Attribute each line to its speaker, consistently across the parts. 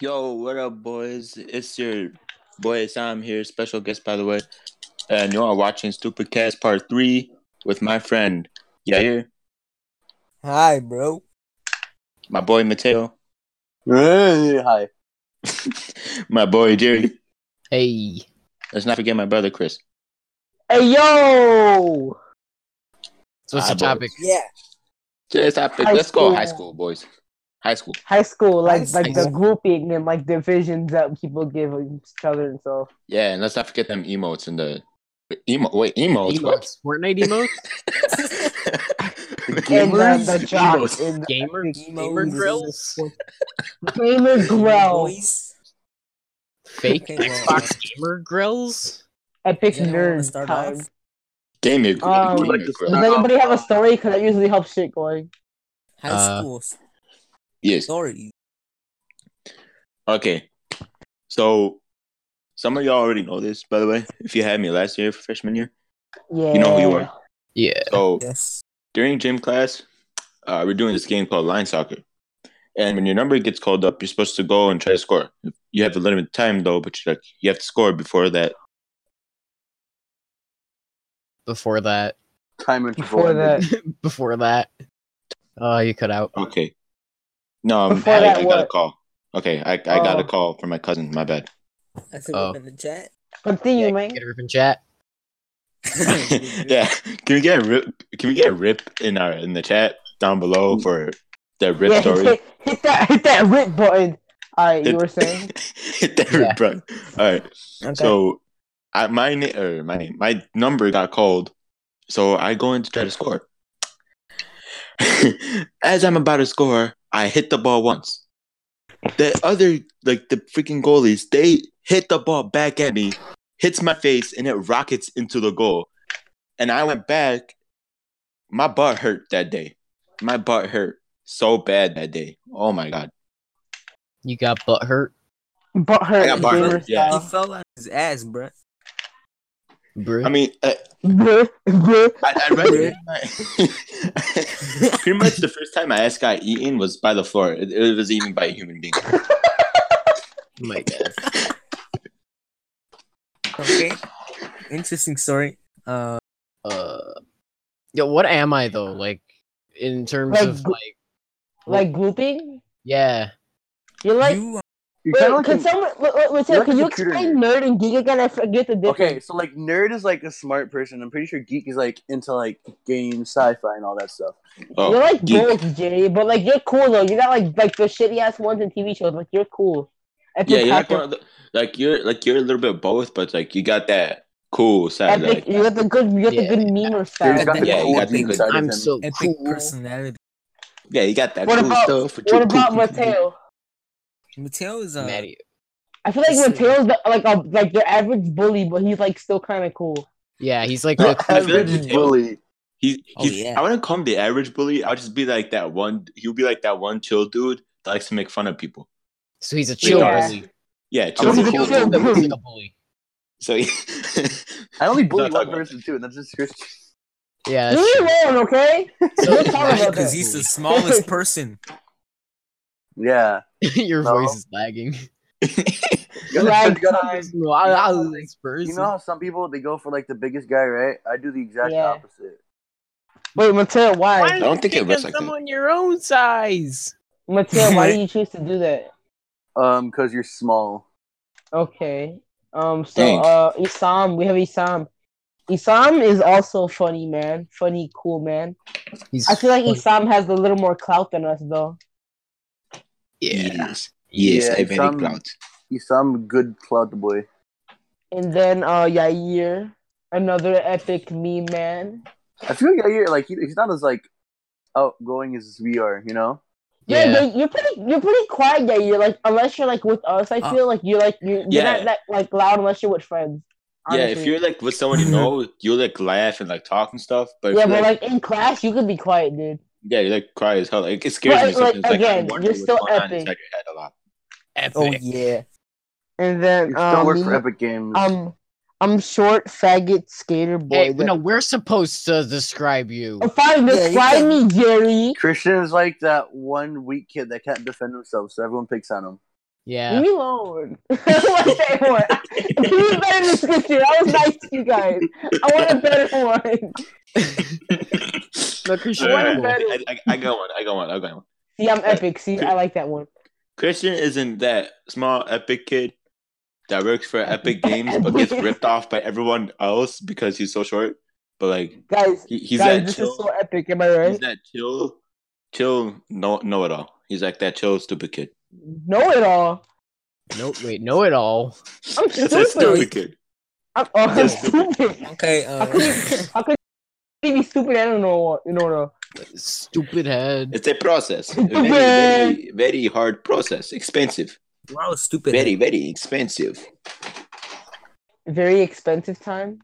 Speaker 1: Yo, what up, boys? It's your boy Sam here, special guest, by the way. And you are watching Stupid Cast Part 3 with my friend Yair,
Speaker 2: Hi, bro.
Speaker 1: my boy Mateo,
Speaker 3: Hi.
Speaker 1: my boy Jerry.
Speaker 4: Hey.
Speaker 1: Let's not forget my brother Chris.
Speaker 3: Hey yo!
Speaker 4: So what's
Speaker 1: Ah,
Speaker 4: the
Speaker 1: boys.
Speaker 4: topic?
Speaker 2: Yeah.
Speaker 1: Let's, hop-
Speaker 3: High
Speaker 1: let's go
Speaker 3: school.
Speaker 1: high school, boys. High school.
Speaker 3: High school, like
Speaker 2: High
Speaker 3: like the
Speaker 2: school.
Speaker 3: grouping and like divisions that people give each other and stuff.
Speaker 1: Yeah, and let's not forget them emotes and the. Emo, wait, emotes? What?
Speaker 4: Emotes. Fortnite emotes?
Speaker 3: And the,
Speaker 1: Gamers?
Speaker 3: the jocks
Speaker 1: Emotes.
Speaker 3: and
Speaker 4: Gamers? Gamer
Speaker 2: Emotes.
Speaker 4: grills?
Speaker 3: gamer grill,
Speaker 2: Boys.
Speaker 4: Fake
Speaker 2: Okay, well,
Speaker 4: Xbox gamer grills?
Speaker 3: epic
Speaker 2: Does anyone wanna
Speaker 3: nerd
Speaker 2: start
Speaker 3: time.
Speaker 2: off?
Speaker 1: Gamer.
Speaker 3: Um,
Speaker 1: gamer
Speaker 3: Does anybody have a story? Because that usually helps shit going.
Speaker 2: High
Speaker 4: Uh,
Speaker 2: school
Speaker 1: yes.
Speaker 2: stories.
Speaker 1: Okay. So some of y'all already know this, by the way, if you had me last year for freshman year.
Speaker 3: Yeah.
Speaker 1: You know who you are.
Speaker 4: Yeah.
Speaker 1: So
Speaker 2: Yes.
Speaker 1: during gym class, uh, we're doing this game called line soccer. And when your number gets called up, you're supposed to go and try to score. You have a limited time though, but you like you have to score before that.
Speaker 4: Before that.
Speaker 5: time interval.
Speaker 3: Before
Speaker 5: ended.
Speaker 3: that,
Speaker 4: Before that. Oh, you cut out.
Speaker 1: Okay. No, um,
Speaker 3: Before
Speaker 1: I,
Speaker 3: that
Speaker 1: I got a
Speaker 3: what?
Speaker 1: call. Okay, I, I got a
Speaker 3: Oh.
Speaker 1: call from my cousin. My bad.
Speaker 2: I threw
Speaker 4: Oh.
Speaker 2: up in the chat.
Speaker 3: continue,
Speaker 4: Yeah,
Speaker 3: man.
Speaker 4: Get a rip in chat.
Speaker 1: yeah, can we get a rip? Can we get a rip in our in the chat down below for the rip
Speaker 3: Mm. Yeah,
Speaker 1: story?
Speaker 3: hit, hit that hit that rip button. All right, you
Speaker 1: Hit-
Speaker 3: were saying.
Speaker 1: hit that
Speaker 4: Yeah.
Speaker 1: bro. All right.
Speaker 2: Okay.
Speaker 1: So I, my na- or my name, my number got called. So I go in to try to score. As I'm about to score, I hit the ball once. The other, like the freaking goalies, they hit the ball back at me, hits my face, and it rockets into the goal. And I went back. My butt hurt that day. My butt hurt so bad that day. Oh my god.
Speaker 4: You got butt hurt,
Speaker 3: Butt hurt.
Speaker 1: I got butt
Speaker 3: gamer
Speaker 1: hurt, yeah.
Speaker 2: he
Speaker 3: style.
Speaker 2: fell on his ass, bro.
Speaker 4: bro.
Speaker 1: I mean, uh,
Speaker 3: Bleh, bleh.
Speaker 1: I, I read it. Pretty much the first time I asked got eaten was by the floor. It, it was eaten by a human being.
Speaker 4: oh my god.
Speaker 2: Okay. Interesting story. Uh,
Speaker 4: Uh, yo, what am I though? Like, in terms
Speaker 3: Like,
Speaker 4: of
Speaker 3: gr-
Speaker 4: like,
Speaker 3: Like grouping.
Speaker 4: yeah,
Speaker 3: You're like
Speaker 2: you
Speaker 5: You're
Speaker 3: Wait,
Speaker 5: kind of like
Speaker 3: can
Speaker 5: a,
Speaker 3: someone look, look, look,
Speaker 5: you're like
Speaker 3: can
Speaker 5: a
Speaker 3: you
Speaker 5: computer
Speaker 3: explain nerd and geek again? I forget the
Speaker 5: okay,
Speaker 3: difference.
Speaker 5: so like nerd is like a smart person. I'm pretty sure geek is like into like games, sci-fi, and all that stuff.
Speaker 1: Oh,
Speaker 3: you're like
Speaker 1: geek.
Speaker 3: both, Jay, but like you're cool though. You're not like like the shitty ass ones in TV shows. Like you're cool. Epic
Speaker 1: yeah, you're like,
Speaker 3: hacker,
Speaker 1: one of the, like you're like you're a little bit both, but like you got that cool side.
Speaker 3: epic.
Speaker 1: Like,
Speaker 3: You got the good. You got
Speaker 4: Yeah.
Speaker 3: the good memer
Speaker 5: There's
Speaker 3: style.
Speaker 2: got
Speaker 5: nothing
Speaker 2: yeah,
Speaker 5: cool
Speaker 1: you got
Speaker 5: to be
Speaker 1: the-
Speaker 5: inside of
Speaker 4: I'm
Speaker 5: him.
Speaker 4: so
Speaker 2: epic
Speaker 4: cool.
Speaker 2: personality.
Speaker 1: yeah, you got that
Speaker 3: What
Speaker 1: cool
Speaker 3: about-
Speaker 1: stuff. with
Speaker 3: What
Speaker 1: your
Speaker 3: about
Speaker 1: cool-
Speaker 3: Mateo?
Speaker 2: Mateo is uh,
Speaker 4: Maddie.
Speaker 3: I feel like
Speaker 2: Just-
Speaker 3: Mateo's the, like a like your average bully, but he's like still kind of cool.
Speaker 4: Yeah, he's like
Speaker 1: No,
Speaker 4: the
Speaker 1: I feel like
Speaker 5: Average
Speaker 1: Mateo-
Speaker 5: bully.
Speaker 1: He,
Speaker 2: Oh,
Speaker 1: he's,
Speaker 2: yeah.
Speaker 1: I wouldn't call him the average bully. I'll just be like that one. He'll be like that one chill dude that likes to make fun of people.
Speaker 4: So he's a chill
Speaker 3: Yeah.
Speaker 4: bully.
Speaker 1: Yeah,
Speaker 5: I'm
Speaker 1: chill.
Speaker 5: a
Speaker 4: He's a
Speaker 1: dude.
Speaker 5: cool
Speaker 4: chill
Speaker 5: dude.
Speaker 4: bully. He's a bully.
Speaker 1: So
Speaker 5: I only bully
Speaker 1: Not that
Speaker 5: one
Speaker 1: one.
Speaker 5: person too, and that's just Christian.
Speaker 4: Yeah.
Speaker 3: Leave
Speaker 4: that's
Speaker 3: me
Speaker 4: true.
Speaker 3: alone, okay?
Speaker 4: So-
Speaker 3: Don't talk about
Speaker 2: because
Speaker 3: that.
Speaker 2: he's the smallest person.
Speaker 5: Yeah.
Speaker 4: Your
Speaker 5: No.
Speaker 4: voice is lagging.
Speaker 5: You gotta-
Speaker 3: Lag
Speaker 5: you gotta-
Speaker 3: time.
Speaker 4: No, I, I was this person.
Speaker 5: you know how some people they go for like the biggest guy, right? I do the exact
Speaker 3: Yeah.
Speaker 5: opposite.
Speaker 3: Wait, Mateo,
Speaker 1: I
Speaker 3: why?
Speaker 1: don't think it works like that.
Speaker 4: someone your own size.
Speaker 3: Mateo, why do you choose to do that?
Speaker 5: Um, cause you're small.
Speaker 3: Okay. Um. So,
Speaker 1: Dang.
Speaker 3: uh, Isam, we have Isam. Isam is also funny, man. Funny, cool, man.
Speaker 4: He's
Speaker 3: I feel like
Speaker 4: funny.
Speaker 3: Isam has a little more clout than us, though.
Speaker 4: yeah.
Speaker 1: Yes, yes,
Speaker 5: Yeah,
Speaker 1: I very
Speaker 5: some-
Speaker 1: proud.
Speaker 5: You some good clout boy.
Speaker 3: And then, uh, Yair, another epic meme man.
Speaker 5: I feel like you're like he, he's not as like outgoing as we are, you know.
Speaker 3: Yeah,
Speaker 4: Yeah.
Speaker 3: Yair, you're pretty, you're pretty quiet, Yair. Like, unless you're like with us, I
Speaker 2: Uh,
Speaker 3: feel like you're like you're, you're
Speaker 1: yeah.
Speaker 3: not that like loud unless you're with friends.
Speaker 1: Yeah,
Speaker 3: honestly.
Speaker 1: if you're like with someone you know, you like laugh and like talk and stuff. But if
Speaker 3: yeah,
Speaker 1: you're,
Speaker 3: but
Speaker 1: like,
Speaker 3: like in class, you could be quiet, dude.
Speaker 1: yeah, you're like cry as hell. Like, it scares me
Speaker 3: But, like,
Speaker 1: sometimes. Like,
Speaker 3: again,
Speaker 1: I'm
Speaker 3: you're
Speaker 1: wondering what's
Speaker 3: still
Speaker 1: going on
Speaker 3: epic.
Speaker 1: inside your head a lot.
Speaker 4: Epic.
Speaker 2: Oh yeah.
Speaker 3: And then,
Speaker 5: You still
Speaker 3: um,
Speaker 5: work for
Speaker 3: me-
Speaker 5: Epic Games.
Speaker 3: um, I'm short, faggot, skater boy.
Speaker 4: Hey,
Speaker 3: that-
Speaker 4: no, we're supposed to describe you.
Speaker 3: Oh, Fine,
Speaker 2: Yeah, you
Speaker 3: describe
Speaker 2: can-
Speaker 3: me, Jerry.
Speaker 5: Christian is like that one weak kid that can't defend himself, so everyone picks on him.
Speaker 4: Yeah.
Speaker 3: Leave me alone. I don't want to say more. Please better description. I was nice to you guys. I want a better one.
Speaker 4: No, Christian,
Speaker 1: All
Speaker 3: wanna
Speaker 1: right,
Speaker 4: cool.
Speaker 3: bet-
Speaker 1: I, I, I got one. I got one. I got one.
Speaker 3: See, I'm epic. See, I like that one.
Speaker 1: Christian isn't that small epic kid that works for Epic Games but gets ripped off by everyone else because he's so short. But like
Speaker 3: Guys,
Speaker 1: he, he's
Speaker 3: guys,
Speaker 1: that
Speaker 3: this
Speaker 1: chill.
Speaker 3: is so epic. Am I
Speaker 1: He's
Speaker 3: right?
Speaker 1: that chill, chill know know it all. He's like that chill stupid kid.
Speaker 3: Know it all.
Speaker 4: No, wait, know it all.
Speaker 3: I'm
Speaker 1: That's that
Speaker 3: stupid.
Speaker 1: stupid kid.
Speaker 3: I'm, oh, I'm
Speaker 1: That's
Speaker 3: stupid.
Speaker 2: Okay.
Speaker 3: How
Speaker 2: Uh,
Speaker 3: could, you, how could you be stupid? I don't know what. You know, no.
Speaker 4: Stupid head.
Speaker 1: It's a process. A very,
Speaker 3: Man.
Speaker 1: very, very hard process. Expensive.
Speaker 2: wow, stupid.
Speaker 1: Very, very expensive.
Speaker 3: Very expensive time.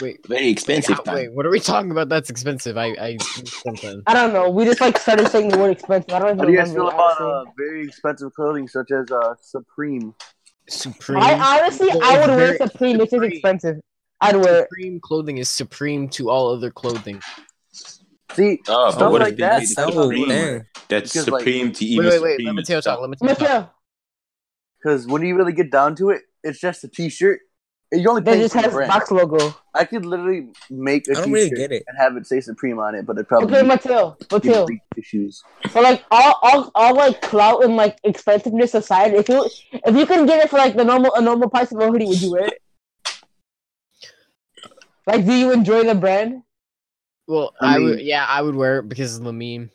Speaker 4: Wait,
Speaker 1: Very expensive
Speaker 4: how-
Speaker 1: time.
Speaker 4: wait, what are we talking about? That's expensive. I, I something.
Speaker 3: I don't know. We just like started saying the word expensive. I don't
Speaker 5: How
Speaker 3: even
Speaker 5: do you guys
Speaker 3: remember.
Speaker 5: feel
Speaker 3: what I was
Speaker 5: about uh, very expensive clothing such as uh, Supreme?
Speaker 3: saying.
Speaker 4: Supreme.
Speaker 3: I honestly, I would wear
Speaker 4: uh, Very
Speaker 3: Supreme. It's just
Speaker 4: Supreme.
Speaker 3: expensive. I'd wear. it.
Speaker 4: Supreme clothing is supreme to all other clothing.
Speaker 5: See,
Speaker 1: Oh,
Speaker 5: stuff
Speaker 1: what if
Speaker 5: like
Speaker 1: they
Speaker 5: that.
Speaker 1: made it
Speaker 5: stuff
Speaker 1: so
Speaker 2: Oh,
Speaker 5: like
Speaker 1: green?
Speaker 5: that.
Speaker 2: man.
Speaker 1: That's
Speaker 5: Because, like-
Speaker 1: supreme to
Speaker 4: Wait,
Speaker 1: even
Speaker 4: wait, wait. Let
Speaker 1: supreme.
Speaker 4: me tell
Speaker 1: itself.
Speaker 4: talk. Let me tell talk.
Speaker 3: Mateo,
Speaker 5: Because when you really get down to it, it's just a T-shirt. And You're only
Speaker 3: that
Speaker 5: paying
Speaker 3: just
Speaker 5: for the
Speaker 3: has
Speaker 5: brand.
Speaker 3: box logo.
Speaker 5: I could literally make a
Speaker 2: I don't really
Speaker 5: T-shirt
Speaker 2: get it.
Speaker 5: and have it say Supreme on it, but it probably
Speaker 3: Okay, Mateo,
Speaker 5: give
Speaker 3: Mateo.
Speaker 5: me issues.
Speaker 3: But like all, all, all like clout and like expensiveness aside, if you if you can get it for like the normal a normal price of a hoodie, would you wear it? Like, do you enjoy the brand?
Speaker 4: Well,
Speaker 5: I
Speaker 4: I would.
Speaker 5: mean-
Speaker 4: Yeah, I would wear it because of the meme.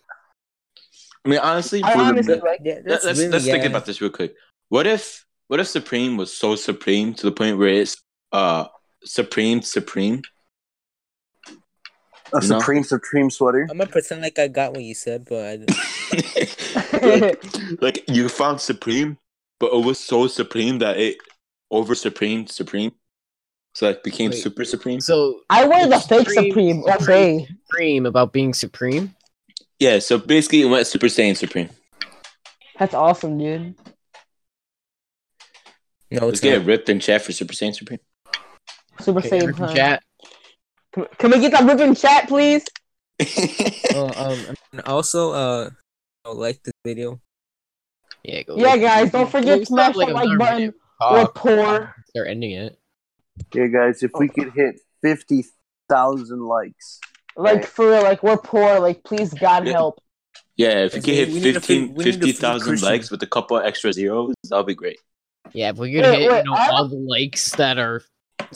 Speaker 1: I mean, honestly,
Speaker 3: I
Speaker 1: for the-
Speaker 3: honestly like.
Speaker 2: Yeah, that's
Speaker 1: let's let's,
Speaker 2: really,
Speaker 1: let's think
Speaker 2: yeah.
Speaker 1: about this real quick. What if what if Supreme was so supreme to the point where it's uh supreme supreme? No.
Speaker 5: A Supreme Supreme sweater.
Speaker 2: I'm gonna pretend like I got what you said, but I didn't.
Speaker 1: like, like, you found supreme, but it was so supreme that it over supreme supreme. So it became
Speaker 4: Wait.
Speaker 1: super supreme.
Speaker 4: So
Speaker 3: I wear the fake
Speaker 4: Supreme,
Speaker 3: Supreme all
Speaker 4: Supreme.
Speaker 3: day.
Speaker 4: supreme about being supreme.
Speaker 1: Yeah, so basically it went Super Saiyan Supreme.
Speaker 3: That's awesome, dude.
Speaker 2: No,
Speaker 1: Let's
Speaker 2: it's
Speaker 1: get
Speaker 2: good.
Speaker 1: it ripped in chat for Super Saiyan Supreme.
Speaker 3: Super
Speaker 4: Okay, Rick
Speaker 3: Saiyan
Speaker 4: and
Speaker 3: time.
Speaker 4: Chat.
Speaker 3: Can, can we get that ribbon chat, please?
Speaker 2: Oh, um, and also, uh, I like this video.
Speaker 4: Yeah, go
Speaker 3: Yeah,
Speaker 4: like-
Speaker 3: guys, don't forget
Speaker 4: Please
Speaker 3: to
Speaker 4: stop,
Speaker 3: smash that
Speaker 4: another
Speaker 3: like button.
Speaker 4: minute.
Speaker 3: We're
Speaker 4: Talk.
Speaker 3: poor.
Speaker 4: They're ending it.
Speaker 5: Yeah, guys, if we could hit fifty thousand likes,
Speaker 3: Like for real, like we're poor. Like please, God
Speaker 1: Yeah.
Speaker 3: help.
Speaker 1: yeah, if you
Speaker 2: Let's
Speaker 1: can
Speaker 2: see,
Speaker 1: hit
Speaker 2: we need to
Speaker 1: 15
Speaker 2: feed- we need to feed
Speaker 1: 50,000
Speaker 2: Christian.
Speaker 1: likes with a couple extra zeros, that'll be great.
Speaker 4: Yeah, if we could
Speaker 3: Wait,
Speaker 4: hit you
Speaker 3: wait,
Speaker 4: know,
Speaker 3: I-
Speaker 4: all the likes that are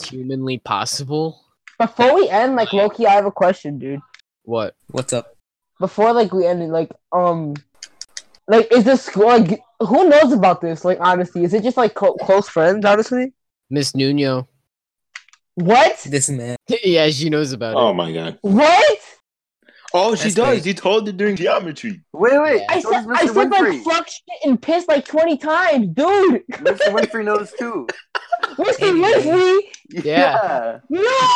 Speaker 4: humanly possible.
Speaker 3: Before we end, like Loki, I have a question, dude.
Speaker 4: What?
Speaker 2: What's up?
Speaker 3: Before like we ended, like um, like is this school? Like who knows about this? Like honestly, is it just like clo- close friends? Honestly,
Speaker 4: Miss Nuno.
Speaker 3: what?
Speaker 2: This man.
Speaker 4: yeah, she knows about
Speaker 1: Oh my god.
Speaker 3: What?
Speaker 1: Oh, she
Speaker 2: That's
Speaker 1: does.
Speaker 2: great.
Speaker 1: You told her during geometry.
Speaker 5: wait, wait,
Speaker 4: Yeah.
Speaker 3: I
Speaker 5: so
Speaker 3: said,
Speaker 5: does
Speaker 3: I said
Speaker 5: Mr.
Speaker 3: like
Speaker 5: Winfrey.
Speaker 3: fuck shit and piss like twenty times, dude.
Speaker 5: Mr. Winfrey knows too.
Speaker 3: Mr. Winfrey,
Speaker 4: Yeah.
Speaker 3: no.